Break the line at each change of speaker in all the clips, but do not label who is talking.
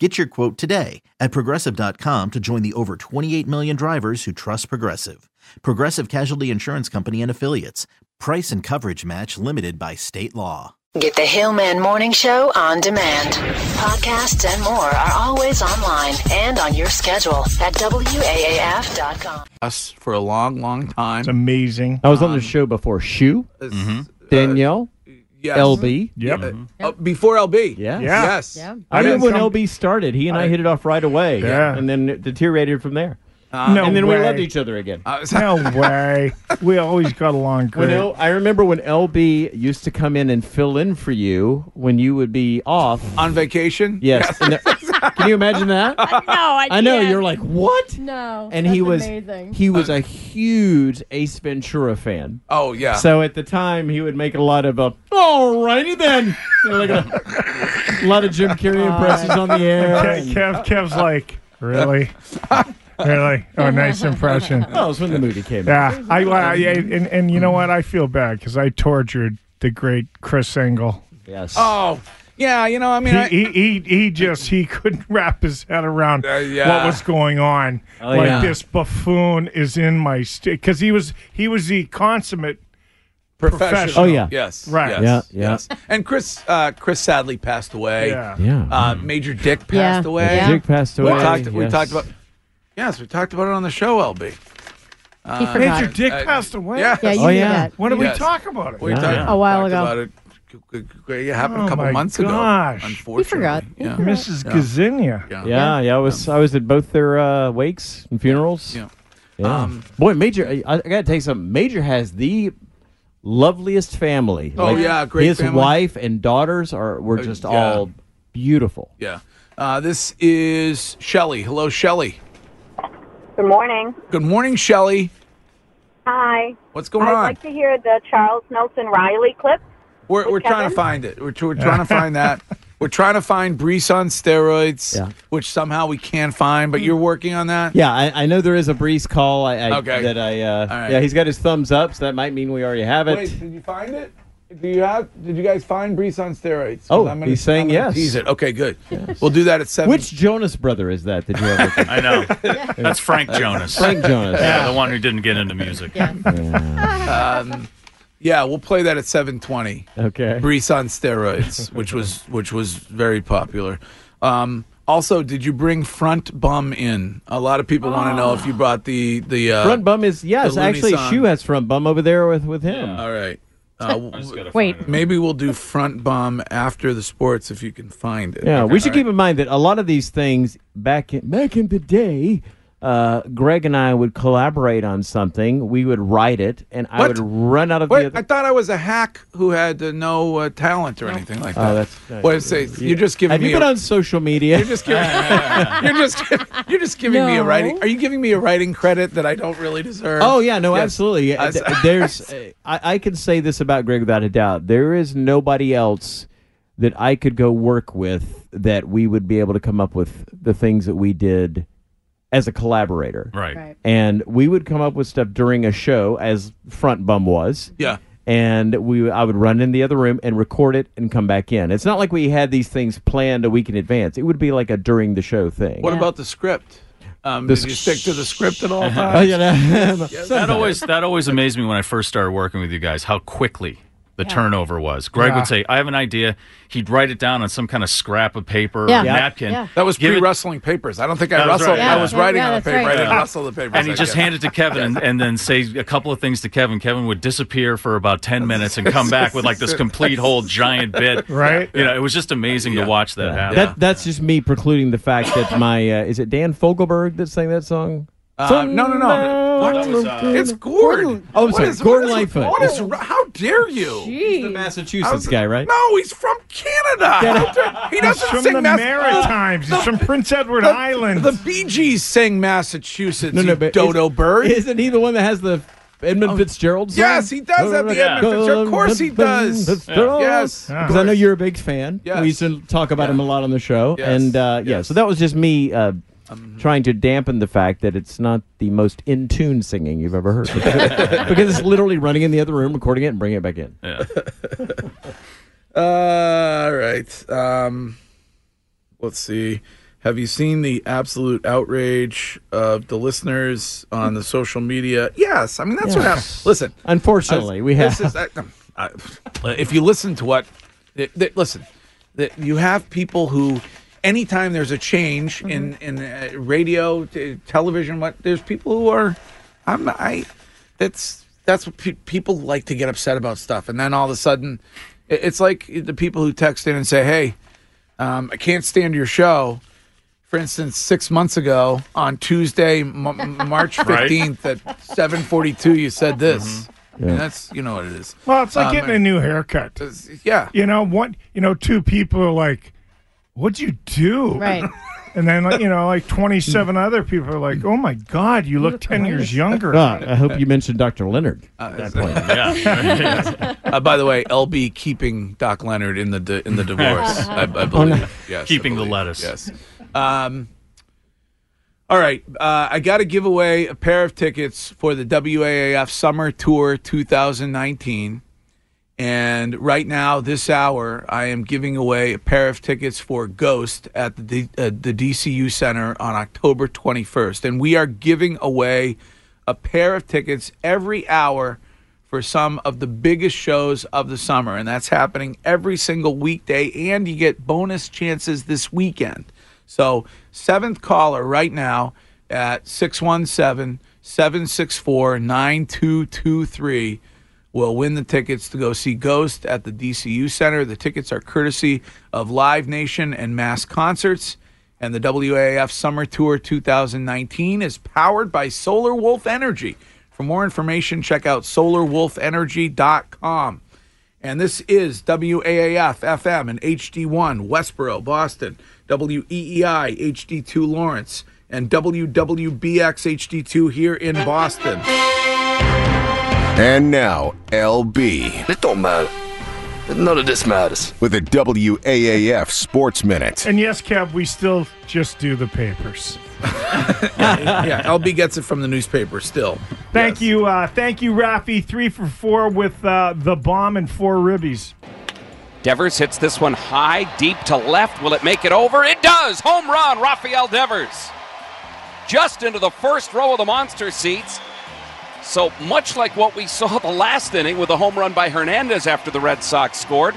Get your quote today at progressive.com to join the over 28 million drivers who trust Progressive. Progressive Casualty Insurance Company and Affiliates. Price and coverage match limited by state law.
Get the Hillman Morning Show on demand. Podcasts and more are always online and on your schedule at WAAF.com.
us for a long, long time.
It's amazing.
I was
Um,
on the show before. Shoe,
Mm-hmm.
Danielle,
uh, Yes.
LB.
Yep.
Uh, before LB.
Yeah.
Yeah.
Yes.
I mean, when
some-
LB started, he and I, hit it off right away.
Yeah.
And then it deteriorated from there.
Uh,
no
and then
way.
we loved each other again.
I was-
No way. We always got along
I
great.
know. I remember when LB used to come in and fill in for you when you would be off.
on vacation.
Yes. And the- can you imagine that?
No, I,
I know.
can't.
You're like, what?
no.
And
that's
he was
amazing.
he was a huge Ace Ventura fan.
Oh yeah.
So at the time, he would make a lot of, uh, all
Oh,
righty then. You know, like a, a lot of Jim Carrey impressions on the air.
Ke- Kev, Kev's like, really, really. Oh, nice impression.
Oh, it was when the movie came out.
Yeah, I, I yeah, and and you know what? I feel bad because I tortured the great Chris Engel.
Yes.
oh yeah. You know, I mean,
He,
I,
he he he just he couldn't wrap his head around
Uh, yeah.
what was going on.
Oh,
like
yeah.
this buffoon is in my state because he was he was the consummate.
professional.
professional.
Oh, yeah.
Yes.
Right.
Yes,
Yeah, yeah.
Yes. And Chris, uh, Chris sadly passed away.
Yeah.
Yeah. Mm-hmm.
Uh, Major Dick passed
Yeah.
away.
Yeah.
Dick passed
We
away.
talked. We
yes.
talked about. Yes, we talked about it on the show. LB.
he forgot.
Major Dick
I-
passed away.
Yeah.
yeah, you
Oh,
knew
yeah.
that.
When did
Yes.
we talk about it?
We
Yeah.
talked
A while
talked
ago.
About it. G- g- g- It happened
Oh,
a couple
my
months
gosh.
ago.
He
Unfortunately.
He
Yeah.
Mrs. Gazinia.
Yeah. Um,
Yeah, yeah. I was I was at both their uh, wakes and funerals.
Yeah. Um,
Yeah. Boy, Major, I, I gotta tell you something. Major has the loveliest family.
Oh, yeah, great
His
family. Uh,
wife and daughters are were just
yeah.
all beautiful.
Yeah. Uh, this is Shelly. Hello, Shelly.
Good morning.
Good morning, Shelly.
Hi.
What's going
I'd
on?
like to hear the Charles Nelson Riley clip.
We're, we're trying to
Kevin?
find it. We're, tr- we're trying to find that. We're trying to find Brees on steroids,
Yeah.
which somehow we can't find.
Hmm.
But you're working on that.
Yeah, I, I know there is a Brees call. I, I
Okay.
that I uh,
All right.
yeah he's got his thumbs up, so that might mean we already have it.
Wait, did you find it? Do you have? Did you guys find Brees on steroids? 'Cause
Oh,
I'm gonna-
he's saying
I'm gonna
yes.
Tease it. Oh, Okay, good. We'll do that at seven.
Which Jonas brother is that that you have? with you?
I know. That's Frank Jonas.
Frank Jonas.
Yeah, the one who didn't get into music.
Yeah, we'll play that at seven twenty.
Okay.
Brees on steroids, which was which was very popular. Um, also, did you bring front bum in? A lot of people want to know
Ah.
if you brought the the uh,
Front bum is yes.
The Looney
Actually,
song.
Shu has front bum over there with with him.
All right. Uh,
Wait,
Maybe we'll do front bomb after the sports if you can find it.
Yeah, we should keep in mind that a lot of these things back in, back in the day, uh, Greg and I would collaborate on something. We would write it, and I
What?
would run out of
Wait,
the
I
other.
thought I was a hack who had uh, no uh, talent or anything like that.
Oh, that's nice.
what I say. You're just giving
Have
me.
you been
a,
on social media?
You're just giving. you're just. giving- You're just giving me a
No.
writing. Are you giving me a writing credit that I don't really deserve?
Oh yeah, no,
Yes.
absolutely.
I-
Uh, th- There's, uh, I, I can say this about Greg without a doubt. There is nobody else that I could go work with that we would be able to come up with the things that we did as a collaborator.
Right.
Right.
And we would come up with stuff during a show, as Front Bum was.
Yeah.
And we, I would run in the other room and record it and come back in. It's not like we had these things planned a week in advance. It would be like a during the show thing.
What about the script? Um,
The
did you
sc-
stick to the script at all
Oh,
times?
you know.
Uh-huh. That always that always amazed me when I first started working with you guys how quickly the turnover was. Greg
Yeah.
would say, "I have an idea." He'd write it down on some kind of scrap of paper
Yeah.
or
Yeah.
napkin.
Yeah.
That was
Give it-
pre-rustling papers. I don't think I
That was
rustled.
right,
I
yeah.
was
Yeah,
writing
yeah,
on the
that's
paper.
right.
I didn't
Yeah.
rustle the papers.
Uh-huh. And he
I
just
guess.
hand it to Kevin and, and then say a couple of things to Kevin. Kevin would disappear for about 10 minutes and come back with like this complete whole giant bit.
Right.
You know, it was just amazing to watch that happen.
That that's just me precluding the fact that my uh, is it Dan Fogelberg that sang that song?
Uh, no, no, no. What?
That was, uh,
it's Gordon.
Oh, I'm
What
sorry,
is-
Gordon
what is-
Lightfoot.
What is, how dare you?
the
I
Massachusetts
was-
guy, right?
No, he's from Canada. How dare- he
He's
doesn't
uh, from
sing
the
Mass-
Maritimes. He's from Prince Edward
the-
Island.
The Bee Gees sang Massachusetts.
no, no.
you
But
dodo
is-
bird.
isn't he the one that has the Edmund
Oh.
Fitzgerald song?
Yes, he does have the
Yeah.
Edmund Fitzgerald. Of course he does.
Fitzgerald.
Yes.
Yeah.
Because I know you're a big fan.
Yes.
We used to talk about him a lot on the show.
Yes.
And uh, yeah,
Yes. Um,
so that was just me uh, trying to dampen the fact that it's not the most in tune singing you've ever heard. because it's literally running in the other room, recording it, and bringing it back in.
Yeah.
Uh, all right. Um, let's see. Have you seen the absolute outrage of the listeners on the social media? Yes. I mean, that's what happened.
Yes.
Listen,
Unfortunately, we have.
This is, I, um, I, if you listen to what, th- th- listen, th- you have people who, anytime there's a change
Mm-hmm.
in in uh, radio, t- television, what there's people who are, I'm I, that's that's what pe- people like to get upset about stuff, and then all of a sudden, it- it's like the people who text in and say, hey, um, I can't stand your show. For instance, six months ago on Tuesday, M- M- March
Right.
fifteenth at seven forty-two, you said this. And that's you know what it is.
Mm-hmm. Well, it's like
Um,
getting a new haircut.
it's- Uh, yeah.
You know what? You know, two people are like, "What'd you do?"
Right.
And then like, you know, like twenty-seven
Mm.
other people are like, "Oh my God, you look ten years younger."
Ah, I hope you mentioned Dr. Leonard.
Yeah.
Uh, by the way, LB keeping Doc Leonard in the di- in the divorce. I, I believe. Yes, I
Oh, Keeping the
believe.
lettuce.
Yes. Um, all right, uh, I got to give away a pair of tickets for the WAAF Summer Tour 2019. And right now, this hour, I am giving away a pair of tickets for Ghost at the, D- uh, the DCU Center on October 21st. And we are giving away a pair of tickets every hour for some of the biggest shows of the summer. And that's happening every single weekday. And you get bonus chances this weekend. So, seventh caller right now at 617 764 9223 will win the tickets to go see Ghost at the DCU Center. The tickets are courtesy of Live Nation and Mass Concerts. And the WAF Summer Tour 2019 is powered by Solar Wolf Energy. For more information, check out solarwolfenergy.com. And this is WAAF FM and HD1 Westboro, Boston, E WEEI HD2 Lawrence, and WWBX HD2 here in Boston.
And now, LB
It don't matter. None of this matters.
with a WAAF Sports Minute.
And yes, Kev, we still just do the papers.
yeah, LB gets it from the newspaper still.
Thank you, uh, thank you, Rafi. Three for four with uh, the bomb and four ribbies.
Devers hits this one high, deep to left. Will it make it over? It does! Home run, Rafael Devers. Just into the first row of the monster seats. So much like what we saw the last inning with a home run by Hernandez after the Red Sox scored,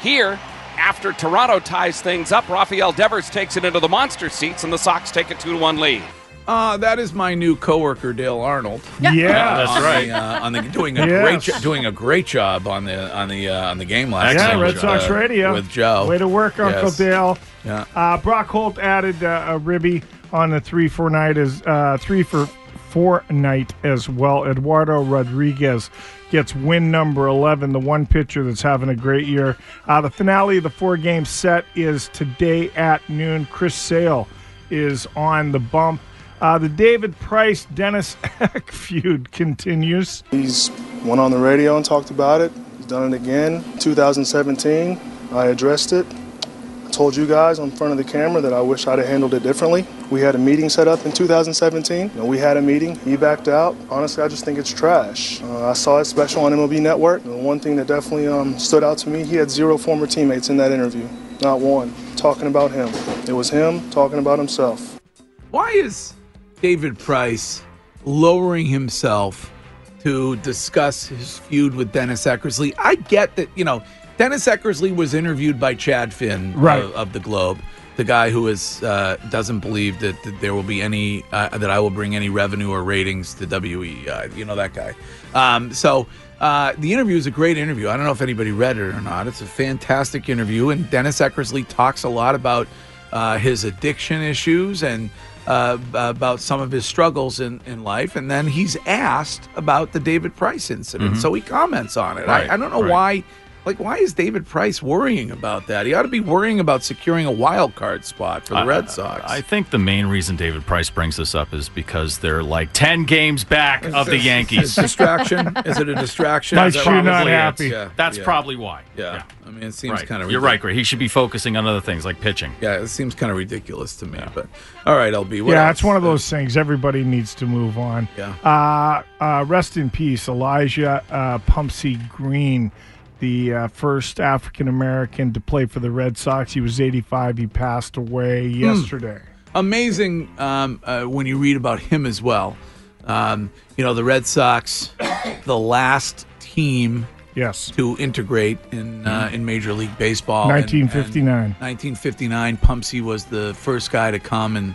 here, after Toronto ties things up, Rafael Devers takes it into the monster seats and the Sox take a 2 1 lead.
Uh, that is my new coworker, Dale Arnold.
Yeah,
That's right.
The, uh, on the doing a
Yes.
great jo- doing a great job on the on the uh, on the game last
yeah
Excellent
night
Red
with,
Sox
uh,
radio
with Joe.
Way to work, Uncle
Yes.
Dale.
Yeah.
Uh, Brock Holt added uh, a ribby on the three for night as uh, three for four night as well. Eduardo Rodriguez gets win number eleven, the one pitcher that's having a great year. Uh, the finale of the four game set is today at noon. Chris Sale is on the bump. Uh, the David Price Dennis Eck feud continues.
He's went on the radio and talked about it. He's done it again. 2017, I addressed it. I told you guys in front of the camera that I wish I'd have handled it differently. We had a meeting set up in 2017. You know, we had a meeting. He backed out. Honestly, I just think it's trash. Uh, I saw his special on MLB Network. The one thing that definitely um, stood out to me, he had zero former teammates in that interview. Not one. Talking about him. It was him talking about himself.
Why is David Price lowering himself to discuss his feud with Dennis Eckersley? I get that, you know, Dennis Eckersley was interviewed by Chad Finn
Right.
of, of the Globe, the guy who is uh, doesn't believe that, that there will be any uh, that I will bring any revenue or ratings to WEI. Uh, You know that guy. Um, so. Uh, the interview is a great interview. I don't know if anybody read it or not. It's a fantastic interview, and Dennis Eckersley talks a lot about uh, his addiction issues and uh, b- about some of his struggles in, in life. And
Mm-hmm.
then he's asked about the David Price incident. So he comments on it. I, I don't know why Like, why is David Price worrying about that? He ought to be worrying about securing a wild card spot for the
I-
Red Sox.
I think the main reason David Price brings this up is because they're like 10 games back of the Yankees.
Is it a distraction? Is it a distraction?
That's
Is that
probably
probably
it.
it?
Yeah, That's probably why.
Yeah. I mean, it seems
Right.
kind of
You're right, Greg. He should be focusing on other things like pitching.
Yeah, it seems kind of ridiculous to me. But all right, LB. What
yeah,
else?
it's one of those things. Everybody needs to move on.
Yeah.
Uh, uh, rest in peace, Elijah uh, Pumpsey Green, the uh, first African American to play for the Red Sox. He was 85. He passed away
Hmm.
yesterday.
Oh, amazing um, uh, when you read about him as well. Um, you know, the Red Sox, the last team
yes
to integrate in uh,
Mm-hmm.
in Major League Baseball. And-
1959.
and 1959, Pumpsy was the first guy to come and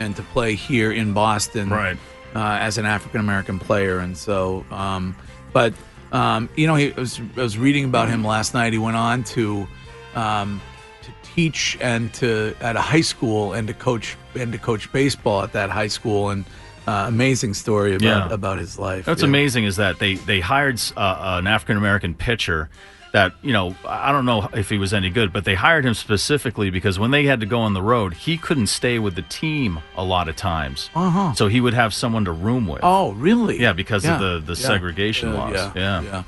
and to play here in Boston, right? Uh, as an African American player, and so, um, but um, you know, he I was I was reading about him last night. He went on to um, to teach and to at a high school and to coach and to coach baseball at that high school, and uh, amazing story about
Yeah.
about his life.
That's
Yeah.
amazing. Is that they they hired uh, an African American pitcher that you know I don't know if he was any good, but they hired him specifically because when they had to go on the road, he couldn't stay with the team a lot of times.
Uh-huh.
So he would have someone to room with.
Oh, really?
Yeah, because of
Yeah.
the the
Yeah.
segregation
Uh,
laws.
yeah.
Yeah.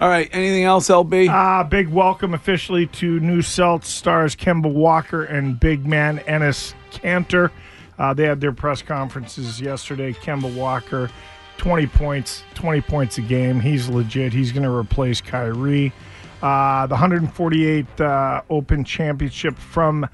All right. Anything else, LB?
Uh, big welcome officially to New Celts stars Kemba Walker and big man Ennis Cantor. Uh, they had their press conferences yesterday. Kemba Walker, 20 points, 20 points a game. He's legit. He's going to replace Kyrie. Uh, the 148th uh, Open Championship from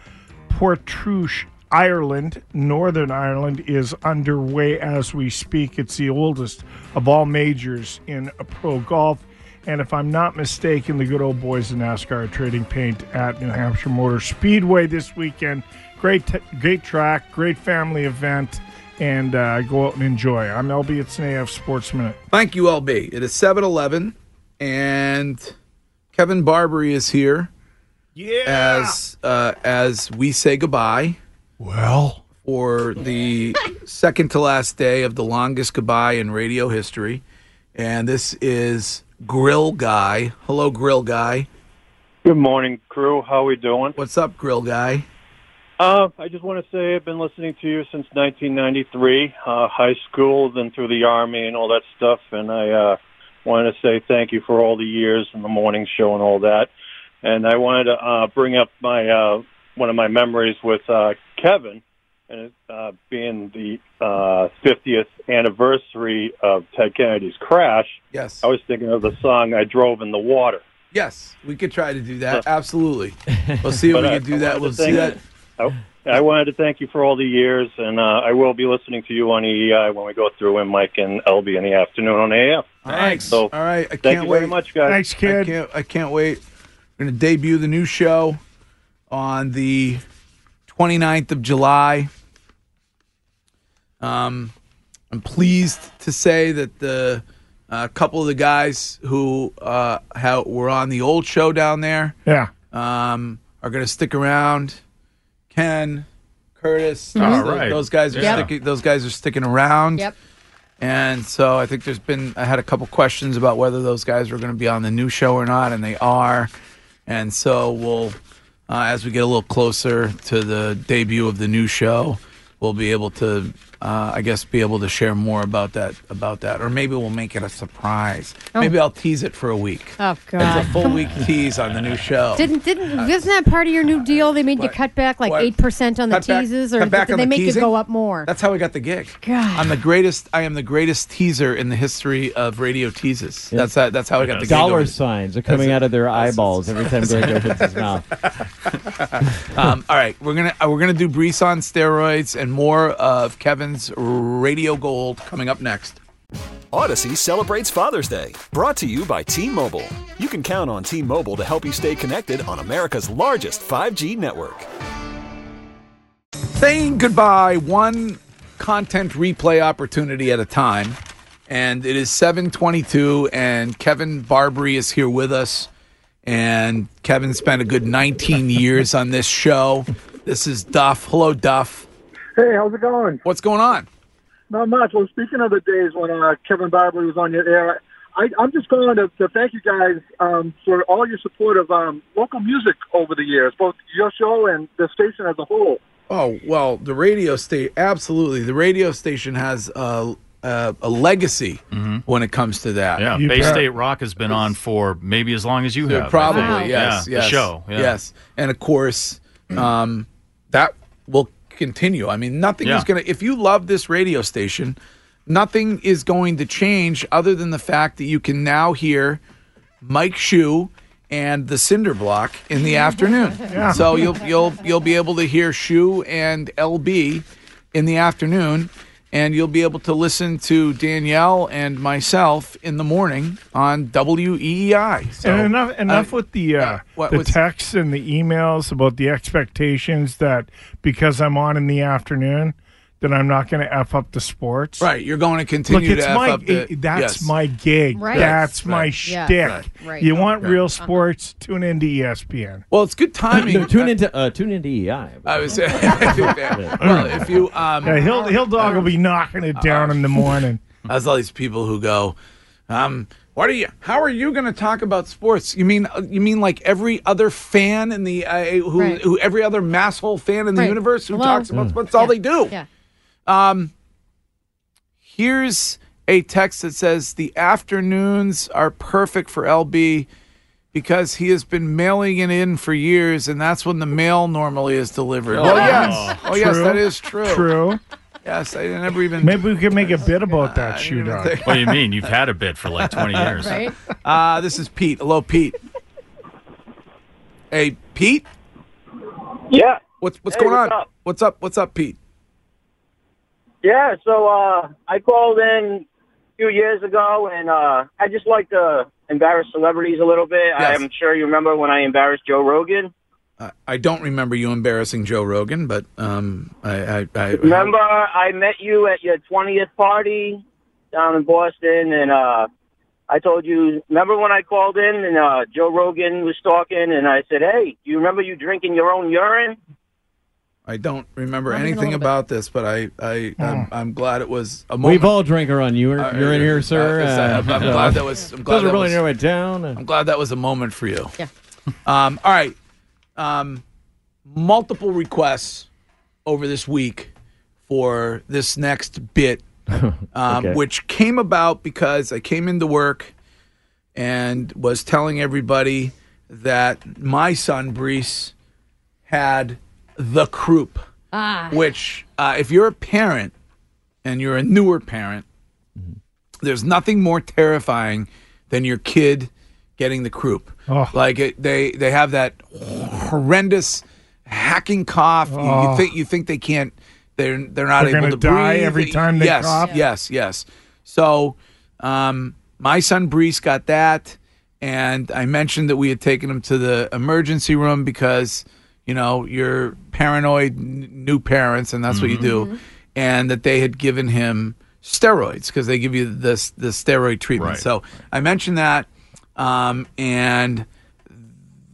Portrush, Ireland, Northern Ireland, is underway as we speak. It's the oldest of all majors in pro golf. And if I'm not mistaken, the good old boys in NASCAR are trading paint at New Hampshire Motor Speedway this weekend. Great, t- great track, great family event, and uh, go out and enjoy. I'm LB. It's an AF Sports Minute.
Thank you, LB. It is 7 Eleven, and Kevin Barbary is here. Yeah. As, uh, as we say goodbye. Well. For the second to last day of the longest goodbye in radio history. And this is Grill Guy. Hello, Grill Guy.
Good morning, crew. How we doing?
What's up, Grill Guy?
Uh, I just want to say I've been listening to you since 1993, uh, high school, then through the army and all that stuff. And I uh, wanted to say thank you for all the years and the morning show and all that. And I wanted to uh, bring up my uh, one of my memories with uh, Kevin, and uh, being the uh, 50th anniversary of Ted Kennedy's crash.
Yes.
I was thinking of the song "I Drove in the Water."
Yes, we could try to do that. Absolutely. We'll see if
But uh,
we
I-
can
I
do that.
wanted
We'll
to
see
thank-
that.
Oh, I, I wanted to thank you for all the years, and uh, I will be listening to you on EEI when we go through, and Mike and LB in the afternoon on AF.
Thanks.
So,
All right. I
thank
can't
you
wait.
very much, guys.
Thanks, kid.
I can't, I can't wait. We're going to debut the new show on the 29th of July. Um, I'm pleased to say that the a couple of the guys who uh, how, were on the old show down there
Yeah.
um, are going to stick around. Ken, Curtis,
Mhm.
those,
All right.
those guys are
Yep.
sticking. Those guys are sticking around.
Yep.
And so I think there's been I had a couple questions about whether those guys were going to be on the new show or not, and they are. And so we'll, uh, as we get a little closer to the debut of the new show, we'll be able to, uh, I guess, be able to share more about that about that, or maybe we'll make it a surprise. Maybe I'll tease it for a week.
Oh
It's
God.
a oh. full week tease on the new show.
Didn't didn't isn't that part of your new deal? They made you cut back like eight percent on the
Cut back-
teases, or
cut back
did
on
they
the
make
teasing?
you go up more?
That's how we got the gig.
God.
I'm the greatest. I am the greatest teaser in the history of radio teases. That's how, that's how I got the gig.
Dollar
over-
signs are coming out of their eyeballs every time Greg opens his mouth.
um, all right, we're gonna uh, we're gonna do Brees on steroids and more of Kevin's Radio Gold coming up next.
Odyssey celebrates Father's Day, brought to you by T Mobile. You can count on T Mobile to help you stay connected on America's largest 5G network.
saying goodbye one content replay opportunity at a time and it is 722 and kevin barbary is here with us and kevin spent a good 19 years on this show this is duff hello duff
Hey, how's it going?
What's going on?
Not much. Well, speaking of the days when uh, Kevin Barber was on your air, I, I'm just calling to, to thank you guys um, for all your support of um, local music over the years, both your show and the station as a whole.
Oh well, the radio station absolutely. The radio station has a a, a legacy when it comes to that.
Yeah, Bay State Rock has been on for maybe as long as you
Yeah,
have. I
probably
think.
yes,
yeah,
yes,
the show. Yeah.
yes, and of course, um, that will continue. I mean, nothing
Yeah.
is going to. If you love this radio station, nothing is going to change other than the fact that you can now hear Mike Shue and the Cinder Block in the afternoon.
Yeah.
So you'll you'll you'll be able to hear Shue and LB in the afternoon. And you'll be able to listen to Danielle and myself in the morning on WEEI. So,
and enough enough
uh,
with the uh,
what
the
was-
texts and the emails about the expectations that because I'm on in the afternoon, that I'm not going to f up the sports.
Right, you're going to continue
Look, it's
to F
my
up the-
it- that's
yes.
my gig.
Right.
That's
Right.
my
Right.
shtick.
Yeah. Right. Right. Uh-huh.
You want
Right.
real sports? Tune E into ESPN.
Well, it's good timing.
No, tune into uh, tune into EI.
I was saying, well, if you, um,
Yeah, Hill Hill Dog will be knocking it down in the morning.
as all these people who go, um, what are you? How are you going to talk about sports? You mean uh, you mean like every other fan in the uh, who,
Right.
who every other masshole fan in the
Right.
universe who
Hello?
talks about
mm. Yeah.
Hmm.
sports? That's all they do.
Yeah.
Um, here's a text that says the afternoons are perfect for LB because he has been mailing it in for years, and that's when the mail normally is delivered.
Oh.
Oh, yes,
Oh.
oh yes,
True.
that is true.
True.
Yes, I never even.
Maybe we could make a bit about that shoot
What do you mean? You've had a bit for like 20 years.
Uh, this is Pete. Hello, Pete. Hey, Pete.
Yeah.
What's what's
Hey,
going
what's
on?
up?
What's up? What's up, Pete?
Yeah, so uh, I called in a few years ago, and uh, I just like to embarrass celebrities a little bit. I'm sure you remember when I embarrassed Joe Rogan.
I- I don't remember you embarrassing Joe Rogan, but um, I, I, I
Remember, I met you at your 20th party down in Boston, and uh, I told you, remember when I called in and uh, Joe Rogan was talking, and I said, hey, do you remember you drinking your own urine?
I don't remember
even a
anything
little bit.
about this, but I, I, I'm, I'm glad it was a moment.
We've all drank our own urine,
Uh,
urine here, sir.
uh, I'm, I'm
uh,
glad that was. I'm glad
doesn't
that
really
was,
narrow it down.
I'm glad that was a moment for you.
Yeah.
Um, all right. Um, multiple requests over this week for this next bit, um,
Okay.
which came about because I came into work and was telling everybody that my son Brees had the croup,
Ah.
which uh, if you're a parent and you're a newer parent,
Mm-hmm.
there's nothing more terrifying than your kid getting the croup.
Oh.
Like it, they they have that horrendous hacking cough. You- You,
Oh.
think you think they can't. They're they're not
They're
able
gonna
to
die
breathe.
every time they
yes,
cough?
Yes, yes. So, um, my son Brees got that, and I mentioned that we had taken him to the emergency room because you know you're paranoid n- new parents, and that's what you
Mm-hmm.
do, and that they had given him steroids because they give you this the steroid treatment.
Right.
So I mentioned that, um, and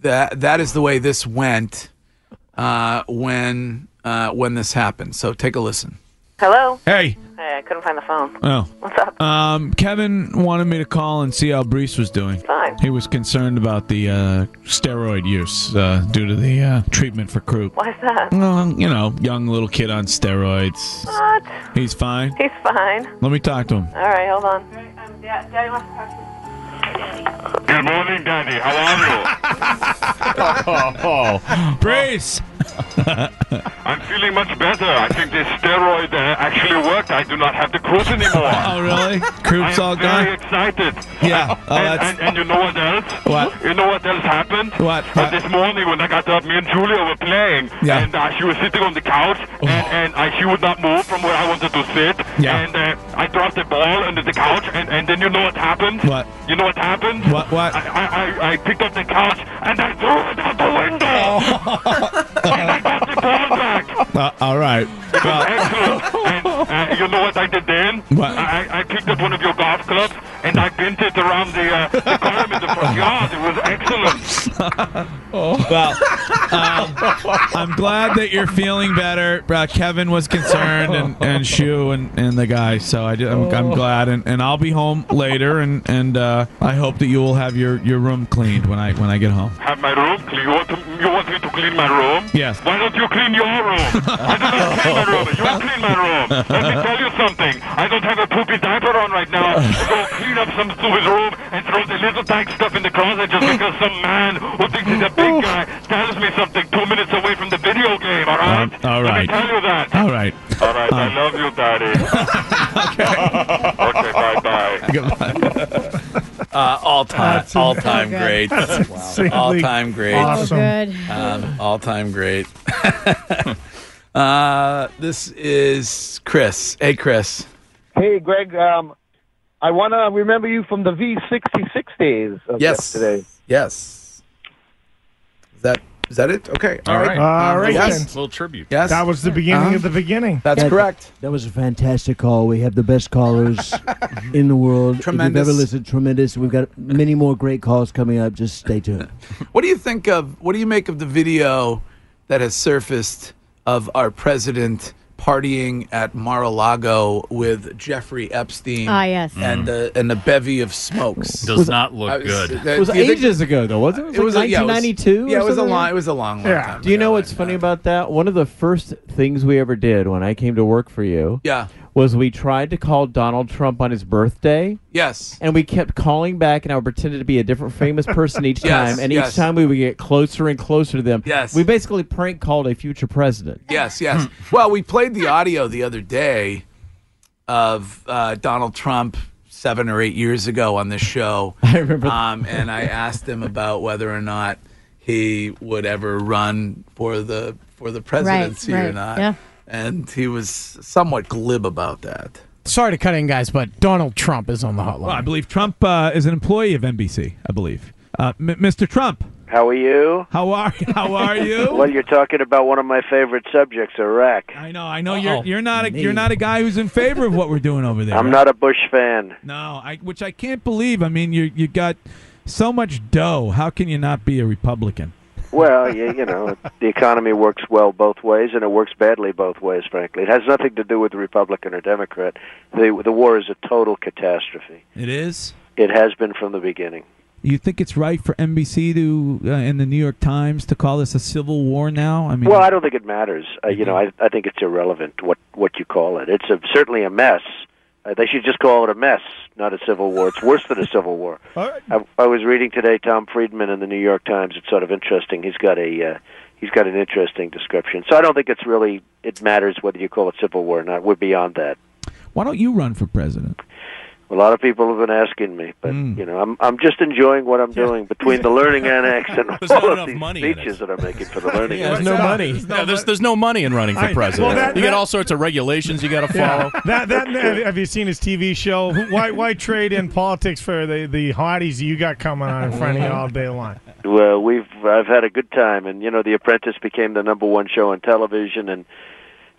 that that is the way this went uh, when uh, when this happened. So take a listen.
Hello.
Hey.
Hey, I couldn't find the phone.
Oh. What's up? Um, Kevin wanted me to call and see how Brees was doing.
Fine.
He was concerned about the uh, steroid use uh, due to the uh, treatment for croup.
Why's that?
Well, you know, young little kid on steroids.
What?
He's fine.
He's fine.
Let me talk to him.
All right, hold on.
Daddy wants to talk to
Good morning, Daddy. How are you?
Oh, Brace.
I'm feeling much better. I think the steroid uh, actually worked. I do not have the croup anymore.
Oh, really? Croup's
I am
all
very
gone?
excited. Uh,
Yeah, oh,
and,
that's-
and, and you know what else?
What?
You know what else happened?
What?
Uh, this morning when I got up, me and Julia were playing,
Yeah.
and uh, she was sitting on the couch, and, and uh, she would not move from where I wanted to sit.
Yeah.
And uh, I dropped the ball under the couch, and, and then you know what happened?
What?
You know what happened?
What? What?
I, I, I- I picked up the couch and I threw it out the window.
Oh.
and I got the ball back.
Uh, all right.
It was excellent. And uh, you know what I did then?
What?
I, I picked up one of your golf clubs and I painted around the, uh, the column in the front yard. It was excellent.
Well, Oh. um, I'm glad that you're feeling better. Uh, Kevin was concerned, and and Shu and, and the guy. So I do, I'm,
Oh.
I'm glad, and, and I'll be home later, and and uh, I hope that you will have your, your room cleaned when I when I get home.
Have my room clean. You want, to, you want me to clean my room?
Yes.
Why don't you clean your room? I do not clean my room. You clean my room. Let me tell you something. I don't have a poopy diaper on right now. Go clean up some stupid room and throw the little dyke stuff in the closet just because some man who thinks he's a big guy tells me something two minutes away from the video game, all
Um,
right?
all right.
Tell you that.
All right. Um,
All right.
Uh.
I love you, Daddy. okay. Bye-bye.
Uh, all time,
That's
all time
so good.
great,
That's insanely
all time great,
awesome. So good.
um, all time great.
Uh, this is Chris. Hey, Chris.
Hey, Greg. Um, I want to remember you from the V66 days of
Yes.
yesterday.
Yes. Is that is that it? Okay. All right. Um,
All right.
Yes.
then.
Little tribute.
Yes.
That was the beginning
Uh-huh.
of the beginning.
That's
Yeah,
correct.
That was a fantastic call. We have the best callers in the world.
Tremendous.
If you've ever listened, tremendous. We've got many more great calls coming up. Just stay tuned.
What do you think of? What do you make of the video that has surfaced of our president partying at Mar-a-Lago with Jeffrey Epstein?
Ah, yes.
and the and the bevy of smokes
Mm. Does Was- not look
I was-
good.
uh,
Was
do you think-
ages ago though, wasn't it? It was, like
yeah, it was-
1992.
Yeah, it was a long.
line.
It was a long, long time.
Do you know what's funny about that? One of the first things we ever did when I came to work for you,
Yeah.
was we tried to call Donald Trump on his birthday.
Yes.
and we kept calling back, and I pretended to be a different famous person each
Yes,
time, and
yes.
each time we would get closer and closer to them.
Yes.
we basically prank called a future president.
Yes, yes. well, we played the audio the other day of uh, Donald Trump seven or eight years ago on this show. I remember. Um, and I asked him about whether or not he would ever run for the for the presidency or
right,
not.
yeah.
And he was somewhat glib about that.
Sorry to cut in, guys, but Donald Trump is on the hotline.
Well, I believe Trump uh, is an employee of NBC. I believe, uh, M- Mr. Trump.
How are you?
How are how are you?
well, you're talking about one of my favorite subjects, Iraq.
I know. I know you're you're not a, you're not a guy who's in favor of what we're doing over there.
I'm
right?
not a Bush fan.
No, I which I can't believe. I mean, you you got so much dough. How can you not be a Republican?
Well, you, you know, the economy works well both ways, and it works badly both ways. Frankly, it has nothing to do with Republican or Democrat. The the war is a total catastrophe.
It is.
It has been from the beginning.
You think it's right for NBC to uh, and the New York Times to call this a civil war now? I mean,
well, I don't think it matters. Uh,
Mm-hmm.
you know, I, I think it's irrelevant what what you call it. It's a, certainly a mess. Uh, they should just call it a mess, not a civil war. It's worse than a civil war. I, I was reading today Tom Friedman in the New York Times. It's sort of interesting. He's got a uh, he's got an interesting description. So I don't think it's really it matters whether you call it civil war or not. We're beyond that.
why don't you run for president?
A lot of people have been asking me, but
Mm.
you know, I'm I'm just enjoying what I'm doing between the learning annex and
There's not
all
enough
of these
money in
speeches that I'm making for the learning.
Yeah,
annex.
There's no, there's, there's no money in running for
I-
president.
well, that-
you got
that-
all sorts of regulations you got to follow.
That that have you seen his TV show? Who- Why why trade in politics for the the hotties you got coming on in front of you all day long?
Well, we've I've had a good time, and you know, The Apprentice became the number one show on television, and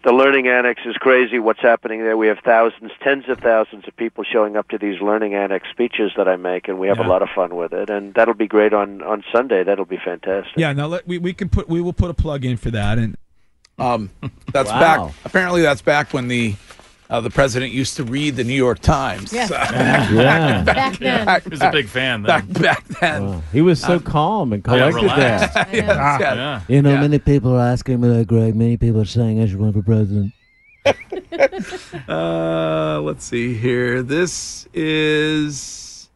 the Learning Annex is crazy. What's happening there? We have thousands, tens of thousands of people showing up to these Learning Annex speeches that I make, and we have a lot of fun with it. And that'll be great on on Sunday. That'll be fantastic.
Yeah, now let, we we can put we will put a plug in for that and.
Um, that's
Wow.
back. Apparently, that's back when the uh, the president used to read the New York Times.
Yeah.
Yeah.
Back then.
He was a big fan then.
Back, back then.
He was so calm and collected
relaxed.
there.
Uh, Yes,
Ah.
yes.
You know, many people are asking me that, Greg. Many people are saying I should run for president.
Uh, let's see here. This is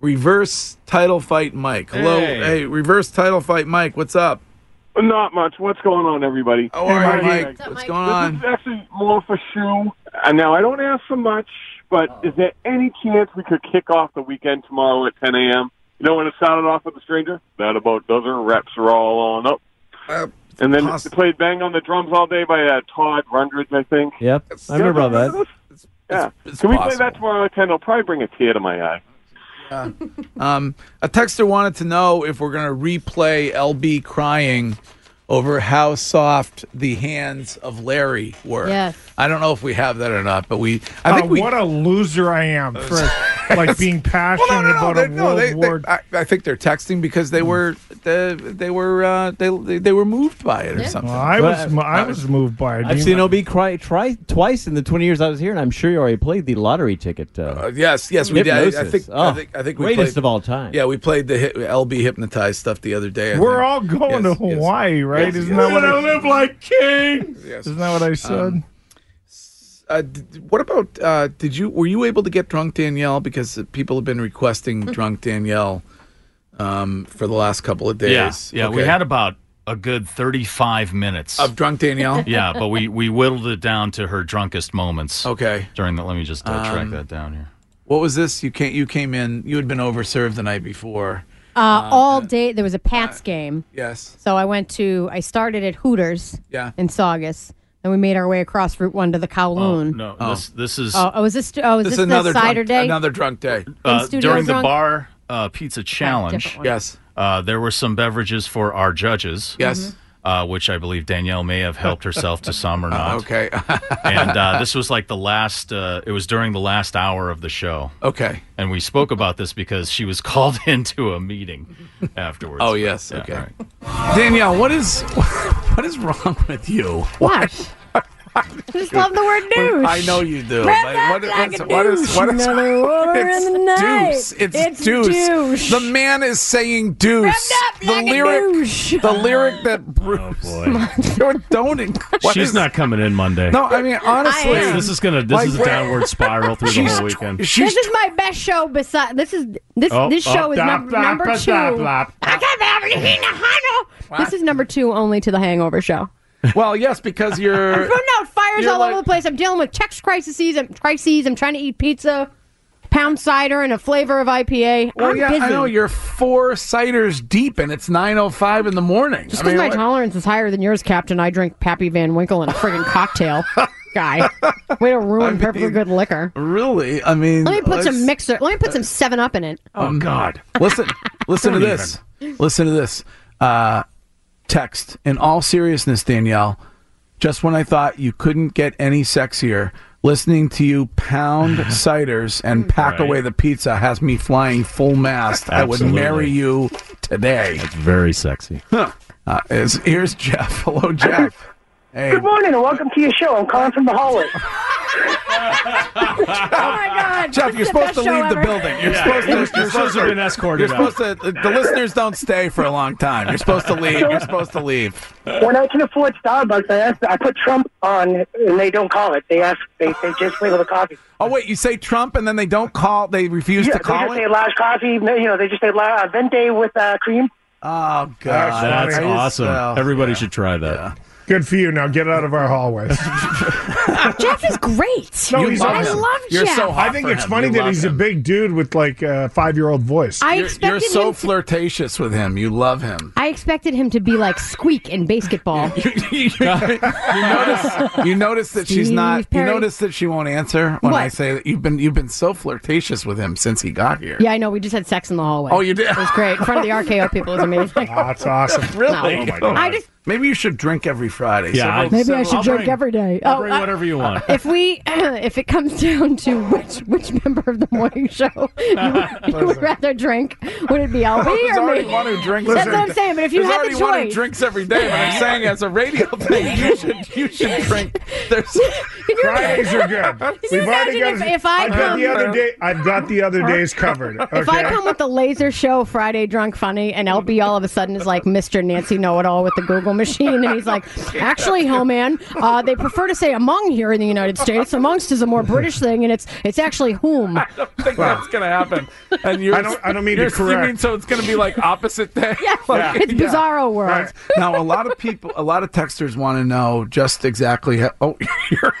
reverse title fight, Mike. Hello,
Hey.
hey, reverse title fight, Mike. What's up?
Not much. What's going on, everybody?
How are you, Mike? What's going
This
on?
is actually more for Shu. Uh, Now, I don't ask for much, but is there any chance we could kick off the weekend tomorrow at 10 a.m.? You know, when it started off with a stranger? That about does it. Reps are all on up. and then
poss-
they played Bang on the Drums all day by uh, Todd Rundridge, I think.
Yep, I remember all that.
Yeah.
it's
Can we play
possible.
that tomorrow at 10? It'll probably bring a tear to my eye.
Uh, um, a texter wanted to know if we're going to replay LB crying over how soft the hands of Larry were.
Yes.
I don't know if we have that or not, but we. I think
Uh,
we.
what a loser I am for like being passionate about
they,
a
no,
world
they, they,
war. Hmm.
I, I think they're texting because they were they, they were uh, they, they they were moved by it or something.
Well, I was mo- I was moved by it.
I've seen OB cry try twice in the 20 years I was here, and I'm sure you already played the lottery ticket. Uh,
Yes, yes, we did. I- I,
Hypnosis.
think,
oh,
I think I think we
greatest
played,
of all time.
Yeah, we played the hit, LB hypnotized stuff the other day. I
We're
think.
all going to Hawaii, right?
Yes,
Isn't
yes.
that what
We're
I
gonna live
like kings?
Yes.
Isn't that what I said?
Um, Uh, d- what about uh, did you were you able to get drunk Danielle because people have been requesting drunk Danielle um, for the last couple of days?
Yeah, yeah. We
Okay.
had about a good thirty-five minutes
Of drunk Danielle?
yeah, but we we whittled it down to her drunkest moments.
Okay.
During that, let me just uh, track
Um,
that down here.
What was this? You came you came in. You had been overserved the night before.
Uh, all day there was a Pats game.
Ah, Yes.
So I went to I started at Hooters.
Yeah.
In Saugus, and we made our way across Route One to the Kowloon.
Oh, No, this this is
Oh, oh, is this? Oh, is this, the cider
drunk,
day?
Another drunk day.
uh,
Studio
during the
Drunk? Ah,
bar uh, pizza challenge.
one. Yes.
Uh, there were some beverages for our judges.
Yes.
Mm-hmm.
Uh, which I believe Danielle may have helped herself to some or not.
Uh, okay.
and uh, this was like the last, uh, it was during the last hour of the show.
Okay.
And we spoke about this because she was called into a meeting afterwards.
Oh,
But,
yes,
yeah,
okay.
all right.
Danielle, what is what is wrong with you?
What? I just love the word douche.
I know you do.
Wrap
but
up
what,
like
what's-
a
what is
douche.
what is
Another water in
it's
the night.
Deuce. It's,
It's
deuce.
douche.
The man is saying deuce.
Wrapped up
the
like a
lyric,
douche. Oh,
the lyric that Bruce. Don't. what
She's
is-
not coming in Monday.
No, I mean honestly,
This- this is gonna. This
Like,
is a
where-
downward spiral through the
She's
whole
tw-
weekend.
this is my best show. Beside this is this
Oh,
this
oh,
show is
da-
number,
da-
number
da-
two.
da- da-
I can't have anything to handle. This is number two only to the Hangover show.
well, yes, because
I'm
you're.
throwing out fires
You're
all
like-
over the place. I'm dealing with checks crises. I'm crises. I'm trying to eat pizza, pound cider, and a flavor of IPA.
Well,
I'm
yeah,
busy.
I know you're four ciders deep, and it's nine oh five in the morning.
Just
I mean,
because my
what-
tolerance is higher than yours, Captain, I drink Pappy Van Winkle and a friggin' cocktail. Guy, way to ruin perfectly good liquor.
Really, I mean,
Let me put some
let's-
mixer. Let me put some Seven Up in it.
Oh,
Um, Listen, listen to
Don't
this. Listen to this. Uh, text in all seriousness, Danielle. Just when I thought you couldn't get any sexier, listening to you pound ciders
Mm.
and pack
Right.
away the pizza has me flying full mast. I would
Absolutely.
marry you today.
That's very sexy.
Huh. Uh, is, here's Jeff. Hello, Jeff. Hey.
Good morning and welcome to your show. I'm calling from the hallway.
Oh, God,
Jeff, you're supposed to leave the building. You're
Yeah.
supposed to.
You're supposed to have been escorted
You're supposed to. The listeners don't stay for a long time. You're supposed to leave. You're supposed to leave.
When I can afford Starbucks, I ask, I put Trump on, and they don't call it. They ask, they, they just label the coffee.
Oh wait, you say Trump and then they don't call. They refuse
yeah,
to
they
call
just
it.
say large coffee. No, You know, they just say la- uh, vente with uh, cream.
Oh
Ah,
God.
That's
I just-
awesome.
well,
Everybody should try that.
Good for you. Now get out of our hallway.
Jeff is great.
No, he's
I
awesome.
love Jeff.
I think it's funny that he's a big dude with like a five-year-old voice.
I
You're,
expected
you're so
him to-
flirtatious with him. You love him.
I expected him to be like Squeak in basketball.
you notice. You notice that she's
Steve
not.
Perry.
You notice that she won't answer when
What?
I say that you've been you've been so flirtatious with him since he got here.
yeah, I know. We just had sex in the hallway.
Oh, you did?
It was great. In front of the RKO people, it was
Oh,
amazing.
that's awesome.
really?
No. I just
Maybe you should drink every Friday.
Yeah, I-
maybe I should drink every day.
I'll
Oh,
bring
I-
whatever you want.
if we if it comes down to which which member of the morning show you would, you would rather drink, would it be LB
There's
or
already
me?
one who drinks.
That's
every
what I'm
day.
saying. But if you
There's
had
already
the
one who
choice,
drinks every day, but I'm saying as a radio thing, you should you should drink. There's
Fridays are good.
you imagine if- if I
have got the
come-
other day. I've got the other days covered. Okay.
if I come with the laser show Friday drunk funny and LB all of a sudden is like Mr. Nancy Know It All with the Google machine and he's like, actually, Homan, uh, they prefer to say among here in the United States. Amongst is a more British thing, and it's it's actually whom.
I think that's gonna happen. And you're,
I don't- I don't mean to
you're- You
correct.
mean so it's gonna be like opposite day? yeah, like,
It's bizarro world.
Now a lot of people, a lot of texters want to know just exactly. How, oh, you're,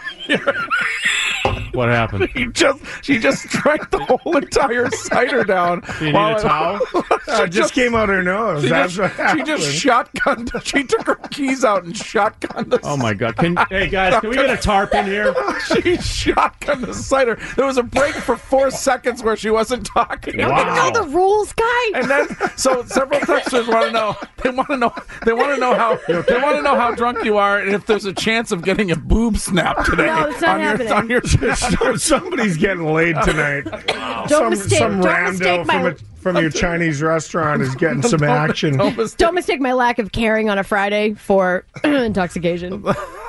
What happened?
you just she just drank the whole entire cider down.
You need
while
a
I-
towel? Uh, it just came out her nose.
She
That's
just,
what
she
happened.
just shotgunned. She took her keys out and shotgunned the
Oh my God! Can hey guys, can we get a tarp in here?
she shotgunned the cider. There was a break for four seconds where she wasn't talking.
Don't they know the rules, guys? right.
And then, so several texters want to know. They want to know. They want to know how. They want to know how drunk you are, and if there's a chance of getting a boob snap today
No, it's not
on, your, on
happening.
your
Somebody's getting laid tonight.
Don't
Some,
mistake-
some
don't
rando
mistake my-
from, a, from your Chinese restaurant is getting some action.
Don't mistake my lack of caring on a Friday for intoxication.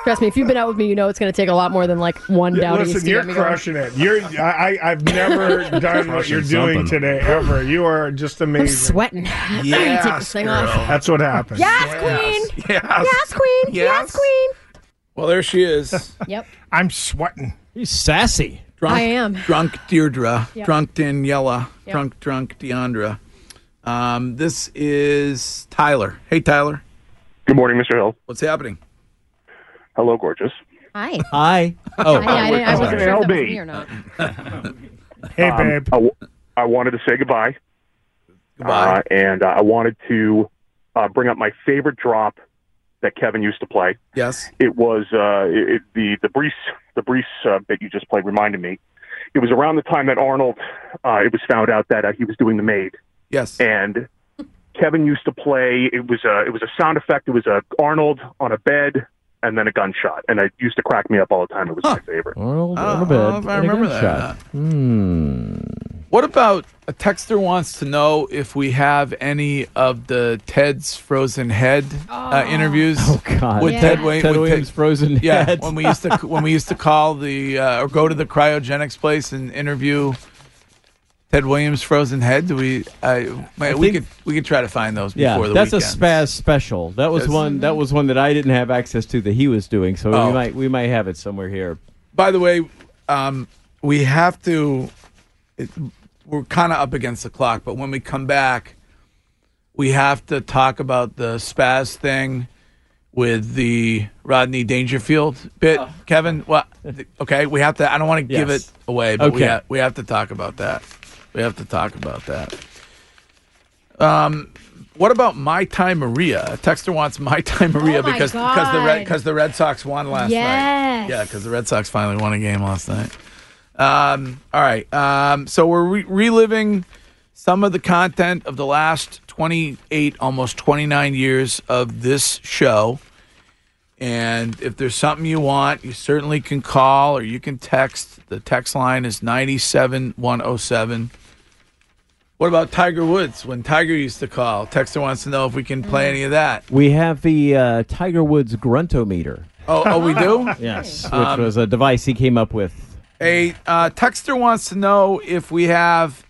Trust me, if you've been out with me, you know it's going to take a lot more than like one
Yeah,
down
Listen,
east to
you're
get me going.
crushing it. You're I, I- I've never done what you're
Crushing
doing
something.
today ever. You are just amazing.
sweating.
Yes,
Take this thing off.
That's what happens.
Yes, queen. Yes, queen. Yes, queen.
Well, there she is.
Yep.
I'm sweating.
He's sassy.
I am.
Drunk Deirdre.
Yep.
Drunk Daniela.
Yep.
Drunk, drunk Deandra. Um, this is Tyler. Hey, Tyler.
Good morning, Mr. Hill.
What's happening?
Hello, gorgeous.
Hi.
Hi.
Oh,
I, I, didn't- I
Sorry.
wasn't sure if that was
LB.
me or not.
Hey,
Um,
babe.
I, w- I wanted to say goodbye. Goodbye. Uh, and uh, I wanted to uh, bring up my favorite drop that Kevin used to play.
Yes.
It was uh, it, it- the the Brees the Brees uh, bit you just played reminded me. It was around the time that Arnold uh, it was found out that uh, he was doing the maid.
Yes.
And Kevin used to play. It was a it was a sound effect. It was a Arnold on a bed and then a gunshot, and it used to crack me up all the time. It was my favorite.
Arnold on a
I don't know
bed.
if
and
I
a
remember that or
gunshot. Hmm.
What about a texter wants to know if we have any of the Ted's Frozen Head uh, interviews? Oh
God,
with
Yeah.
Ted, Wa-
Ted
with
Williams' Frozen
Yeah,
Head.
when we used to when we used to call the uh, or go to the cryogenics place and interview Ted Williams' Frozen Head. Do we? Uh, man, we could we could try to find those
Yeah,
before the
that's
weekend.
a spaz special. That was
Yes.
one. That was one that I didn't have access to that he was doing. So
Oh.
we might we might have it somewhere here.
By the way, um, we have to. It, we're kind of up against the clock, but when we come back, we have to talk about the spaz thing with the Rodney Dangerfield bit. Kevin, what? Okay, we have to. I don't want to give
Uh-huh. Yes.
it away, but we,
Okay.
ha- we have to talk about that. We have to talk about that. Um, what about My Time Maria? A texter wants My Time Maria
Oh my
because because the red
God.
because the Red Sox won last night.
Yes.
Yeah, because the Red Sox finally won a game last night. Um, all right. Um, so we're re- reliving some of the content of the last 28, almost 29 years of this show. And if there's something you want, you certainly can call or you can text. The text line is 97107. What about Tiger Woods when Tiger used to call? Texter wants to know if we can play any of that.
We have the uh, Tiger Woods gruntometer,
Oh, oh we do?
Yes. which
Um,
was a device he came up with.
A uh, texter wants to know if we have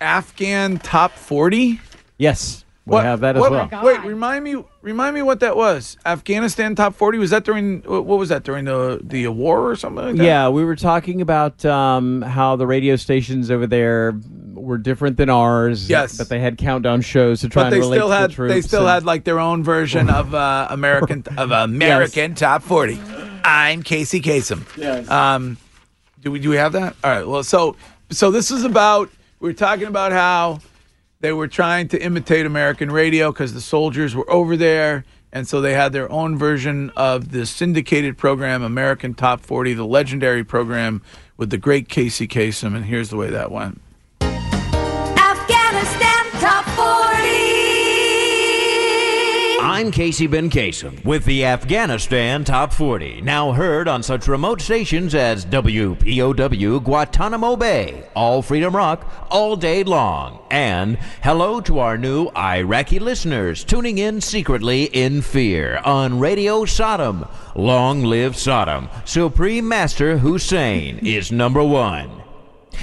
Afghan top forty.
Yes, we have that as well.
Wait, remind me, remind me what that was. Afghanistan top forty was that during wh- what was that during the the war or something? Like that?
Yeah, we were talking about um, how the radio stations over there were different than ours.
Yes.
but they had countdown shows to try
but
and
they
relate
still
to
had
the troops.
they still
and-
had like their own version of uh, American of American top forty. I'm Casey Kasem.
Yes.
Um, do we do we have that? All right. Well, so so this is about we are talking about how they were trying to imitate American radio because the soldiers were over there, and so they had their own version of the syndicated program, American Top Forty, the legendary program with the great Casey Kasem. And here's the way that went.
Afghanistan Top 40.
I'm Casey Ben Kasem with the Afghanistan Top 40, now heard on such remote stations as WPOW Guantanamo Bay, All Freedom Rock, all day long. And hello to our new Iraqi listeners tuning in secretly in fear on Radio Sodom. Long live Sodom. Supreme Master Hussein is number one.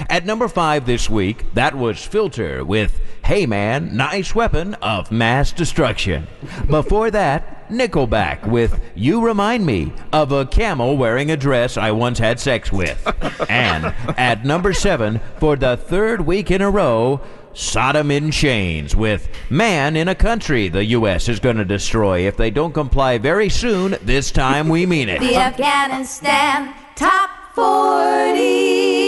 At number five this week, that was Filter with Hey Man, Nice Weapon of Mass Destruction. Before that, Nickelback with You Remind Me of a Camel Wearing a Dress I Once Had Sex With. And at number seven, for the third week in a row, Sodom in Chains with Man in a Country the U.S. is going to destroy if they don't comply very soon. This time we mean it.
The Afghanistan Top 40.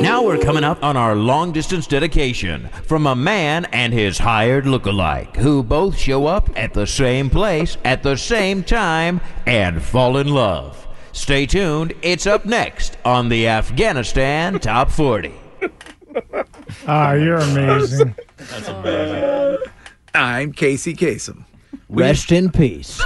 Now we're coming up on our long distance dedication from a man and his hired lookalike who both show up at the same place at the same time and fall in love. Stay tuned, it's up next on the Afghanistan Top 40.
Ah, you're amazing.
That's amazing.
I'm Casey Kasem.
Rest in peace.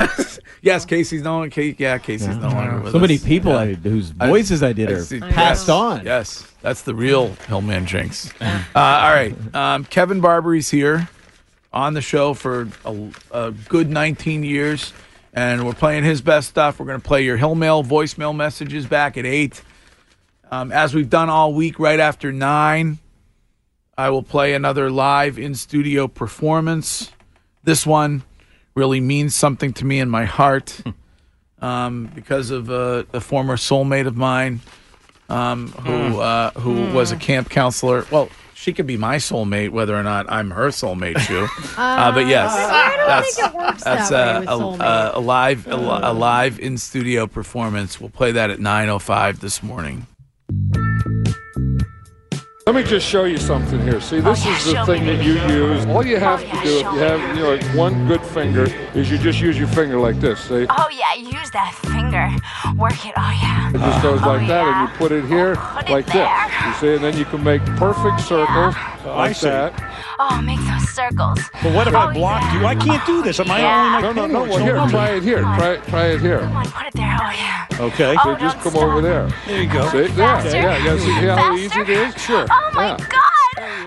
Yes, Casey's no longer. Ca- Yeah, Casey's no longer with
So
us.
many people I, whose voices I, did are
see-
passed
yes,
on.
Yes, that's the real Hillman Jinx. uh, all right, um, Kevin Barbery's here on the show for a, a good 19 years, and we're playing his best stuff. We're going to play your Hillmail voicemail messages back at 8. Um, as we've done all week, right after 9, I will play another live in studio performance. This one really means something to me in my heart um, because of uh, a former soulmate of mine um, who uh, who was a camp counselor. Well, she could be my soulmate, whether or not I'm her soulmate, too. uh, but yes,
Ah.
I don't
that's
think it works
that's uh,
that way
a,
with
a, a live a, li- a live in studio performance. We'll play that at 9:05 this morning.
Let me just show you something here. See, this is the thing that you use. All you
Oh,
have to do if you have you know, like one good finger is you just use your finger like this. See,
Oh yeah, use that finger. Work it. Oh yeah.
it just goes like that, and you put it here like this. You see, and then you can make perfect
Oh,
circles
I
like
see.
that.
Oh, make those circles. Oh,
But what if I block
yeah.
you? I can't do
this. My- Yeah. only my
no, no,
pen
no.
works.
Well, here,
Hold on.
try it here. Try it. Try it here.
Come on, put it there. Oh yeah.
Okay.
Oh,
just
don't
come over there. There you
go.
See, yeah,
Faster.
yeah, yeah. See how easy
Faster.
it is? Sure.
Oh my
yeah.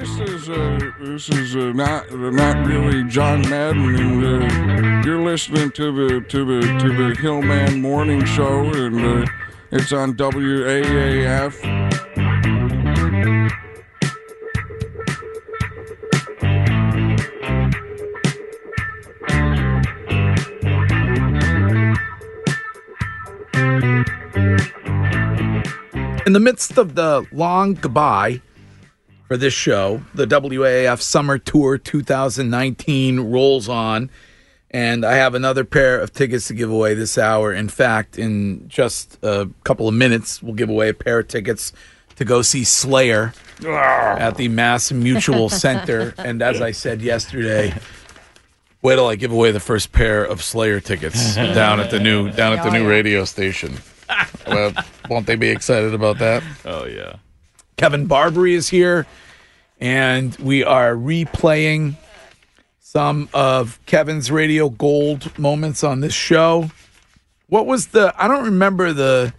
This is uh, this is uh, not uh, not really John Madden, and uh, you're listening to the to the to the Hillman Morning Show, and uh, it's on WAAF.
In the midst of the long goodbye for this show, the WAAF Summer Tour 2019 rolls on, and I have another pair of tickets to give away this hour. In fact, in just a couple of minutes, we'll give away a pair of tickets to go see Slayer at the Mass Mutual Center. And as I said yesterday, wait till I give away the first pair of Slayer tickets down at the new down at the new radio station. Well, won't they be excited about that?
Oh yeah.
Kevin Barbary is here, and we are replaying some of Kevin's radio gold moments on this show. What was the? I don't remember the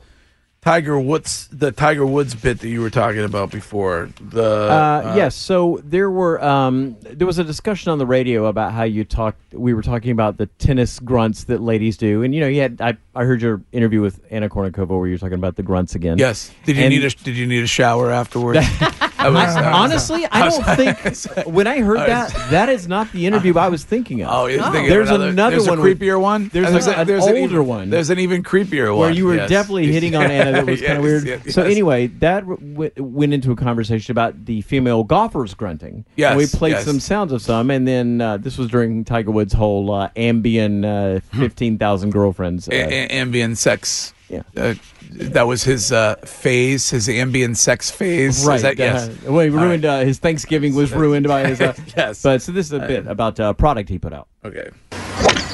Tiger Woods the Tiger Woods bit that you were talking about before. The
Uh, yes. So there were um, there was a discussion on the radio about how you talked. We were talking about the tennis grunts that ladies do, and you know, you had I, I heard your interview with Anna Kournikova where you were talking about the grunts again.
Yes. Did you
And-
need a Did you need a shower afterwards? I uh,
I- honestly, I
was-
don't think when I heard
I was-
that that is not the interview I was thinking of.
Oh, you're thinking of
there's
another-
another
there's a
one with-
creepier one?
There's,
And there's
a,
a- there's
an
an
older
even-
one.
there's an even creepier
where
one,
you were
yes.
definitely hitting on Anna that was kind
Yes,
of weird.
yes,
So
yes.
anyway, that w- went into a conversation about the female golfers grunting.
Yes,
and we played
yes.
some sounds of some, and then uh, this was during Tiger Woods' whole uh, Ambien uh, fifteen thousand girlfriends. Uh,
Hmm. A- a- ambient sex. Yeah, uh, that was his uh, phase, his ambient sex phase. Is
Right.
that- yes.
uh, well, he ruined uh, his Thanksgiving was ruined by his. Uh,
yes.
But so this is a bit about uh, product he put out.
Okay.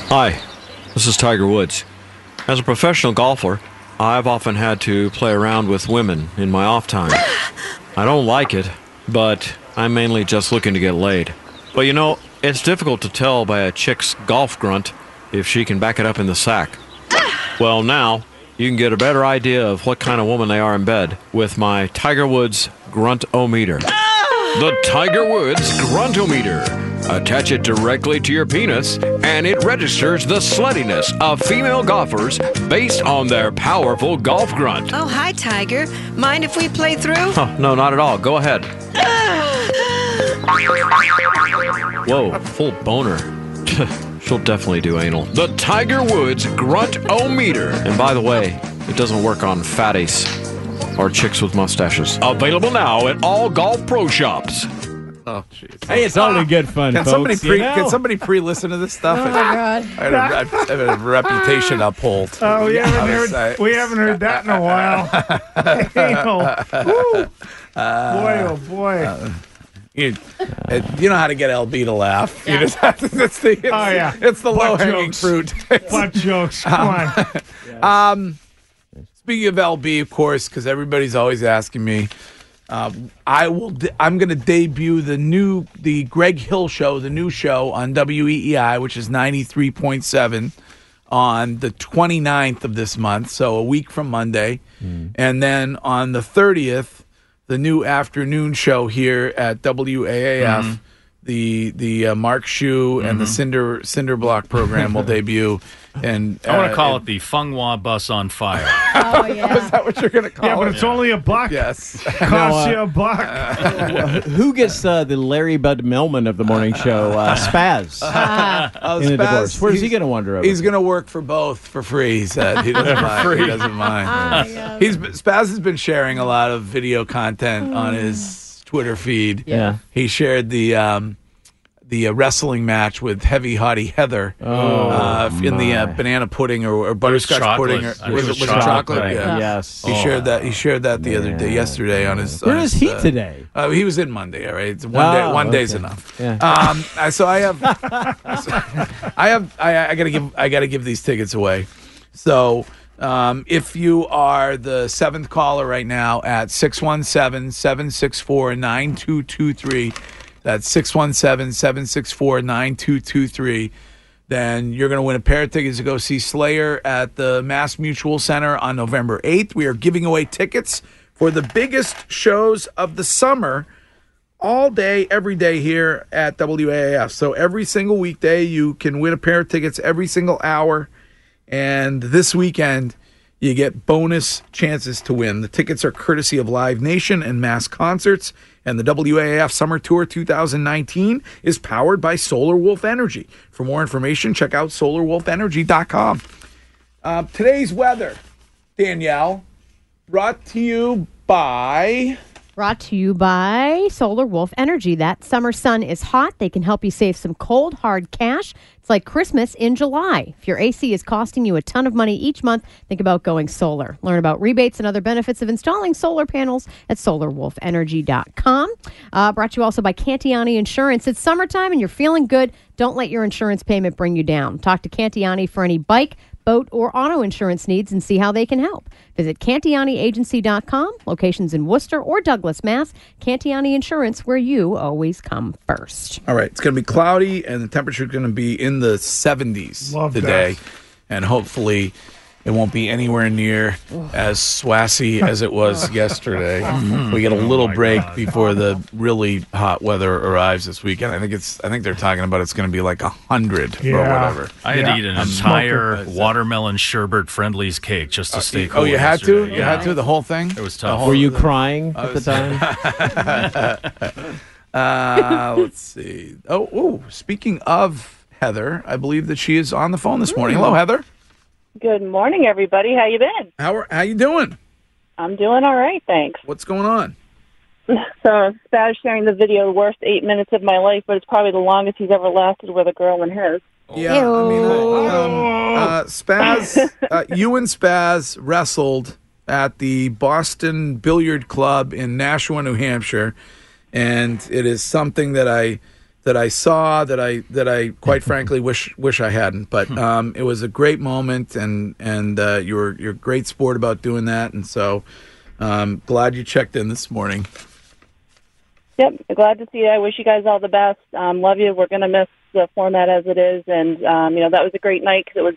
Hi, this is Tiger Woods. As a professional golfer, I've often had to play around with women in my off time. I don't like it, but I'm mainly just looking to get laid. But you know, it's difficult to tell by a chick's golf grunt if she can back it up in the sack. Well, now you can get a better idea of what kind of woman they are in bed with my Tiger Woods grunt o meter. The Tiger Woods Gruntometer. Attach it directly to your penis, and it registers the sluttiness of female golfers based on their powerful golf grunt.
Oh, hi, Tiger. Mind if we play through?
Huh, no, not at all. Go ahead. Whoa, full boner. She'll definitely do anal. The Tiger Woods Grunt O Meter. And by the way, it doesn't work on fatties or chicks with mustaches. Available now at all golf pro shops.
Oh, jeez.
Hey, it's only good fun,
Can somebody pre Can somebody pre-listen to this stuff?
Oh, my God.
I had a, rep- I had a reputation uphold.
Oh, we haven't
I was-
heard we haven't heard that in a while. Anal. Woo. boy, oh boy.
Uh, You, uh, you know how to get LB to laugh. You just have to, that's the, it's,
Oh, yeah.
it's the
Butt
low-hanging fruit. uh,
Butt jokes. Come on.
Um, speaking of LB, of course, because everybody's always asking me, Uh, I will. De- I'm going to debut the new, the Greg Hill show, the new show on WEEI, which is 93.7, on the 29th of this month, so a week from Monday, and then on the 30th, the new afternoon show here at WAAF.
Mm-hmm.
Mhm.
The the uh, Mark Shoe and the Cinder Cinder Block program will debut, and
I want
uh,
to call it the Fung Hua Bus on Fire.
Oh,
Is that what you're going to call
Yeah, but
it?
it's only a buck.
Yes.
Costs you a buck.
uh, Who gets uh, the Larry Bud Melman of the morning show? Uh, Spaz.
Oh,
Uh, in a
Spaz,
divorce. Where's he
he's-
going to wander over?
He's going to work for both for free. He said he doesn't
For
mind.
free. Oh,
He doesn't mind. He's been- Spaz has been sharing a lot of video content on his Twitter feed.
Mm. Yeah.
he shared the um, the uh, wrestling match with Heavy Hottie Heather
Oh,
uh, in the uh,
my.
banana pudding or, or butterscotch
chocolate.
pudding. Or,
I think
was
it
it
was
was it
chocolate.
chocolate? Yeah.
Yes.
He
Oh.
shared that. He shared that the other day, yesterday on his.
Where
on
is
his,
he
uh,
today?
Uh, he was in Monday. All right, It's one day.
Oh,
One day's
okay.
enough.
Yeah.
Um, I- so I have, I have, I, I gotta give, I gotta give these tickets away. So um, if you are the seventh caller right now at 617-764-9223, that's 617-764-9223, then you're gonna win a pair of tickets to go see Slayer at the Mass Mutual Center on November 8th. We are giving away tickets for the biggest shows of the summer all day, every day here at WAAF. So every single weekday, you can win a pair of tickets every single hour. And this weekend, you get bonus chances to win. The tickets are courtesy of Live Nation and Mass Concerts. And the WAAF Summer Tour 2019 is powered by Solar Wolf Energy. For more information, check out solarwolfenergy.com. Uh, today's weather, Danielle, brought to you by.
Brought to you by Solar Wolf Energy. That summer sun is hot. They can help you save some cold, hard cash. It's like Christmas in July. If your AC is costing you a ton of money each month, think about going solar. Learn about rebates and other benefits of installing solar panels at solarwolfenergy.com. Uh, brought to you also by Cantiani Insurance. It's summertime and you're feeling good. Don't let your insurance payment bring you down. Talk to Cantiani for any bike, boat, or auto insurance needs and see how they can help. Visit CantianiAgency.com, locations in Worcester or Douglas, Mass. Cantiani Insurance, where you always come first.
All right, it's going to be cloudy, and the temperature is going to be in the 70s
Love that.
today, and hopefully, it won't be anywhere near as swassy as it was yesterday. Mm-hmm.
Mhm.
We get a
Oh
little
my
break before the really hot weather arrives this weekend. I think it's. I think they're talking about it's going to be like hundred or whatever.
I had to eat an
I'm
entire
smoking.
watermelon sherbet friendlies cake just to stay cool.
Oh, you had to.
yesterday.
You had to the whole thing. It
was tough.
whole,
Were you
crying
I
at
was-
the
uh, let's see. Oh, ooh, speaking of Heather, I believe that she is on the phone this morning. Hello, Heather.
Good morning, everybody. How you been?
How are, how you doing?
I'm doing all right, thanks.
What's going on?
So Spaz sharing the video, worst eight minutes of my life, but it's probably the longest he's ever lasted with a girl in his.
Yeah, I mean, I- um, uh, Spaz, uh, you and Spaz wrestled at the Boston Billiard Club in Nashua, New Hampshire, and it is something that I that I saw that I that I quite frankly wish wish I hadn't. But um, it was a great moment, and and uh, you were you're a great sport about doing that, and so. Um, glad you checked in this morning.
Yep, glad to see you. I wish you guys all the best. Um, love you. We're going to miss the format as it is, and um, you know that was a great night because it was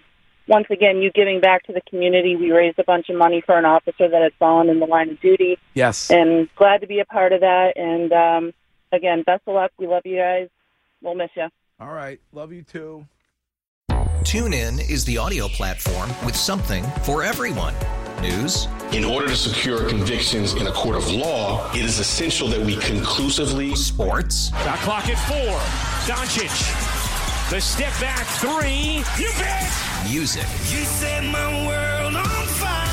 once again you giving back to the community. We raised a bunch of money for an officer that had fallen in the line of duty.
Yes.
and glad to be a part of that. And um, again, best of luck. We love you guys. We'll miss you.
All right. Love you too.
TuneIn is the audio platform with something for everyone. News.
In order to secure convictions in a court of law, it is essential that we conclusively.
Sports.
The clock at four. Doncic. The step back three. You bet.
Music.
You set my world on fire.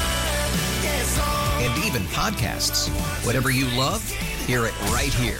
Yes,
And even podcasts. Whatever you love, hear it right here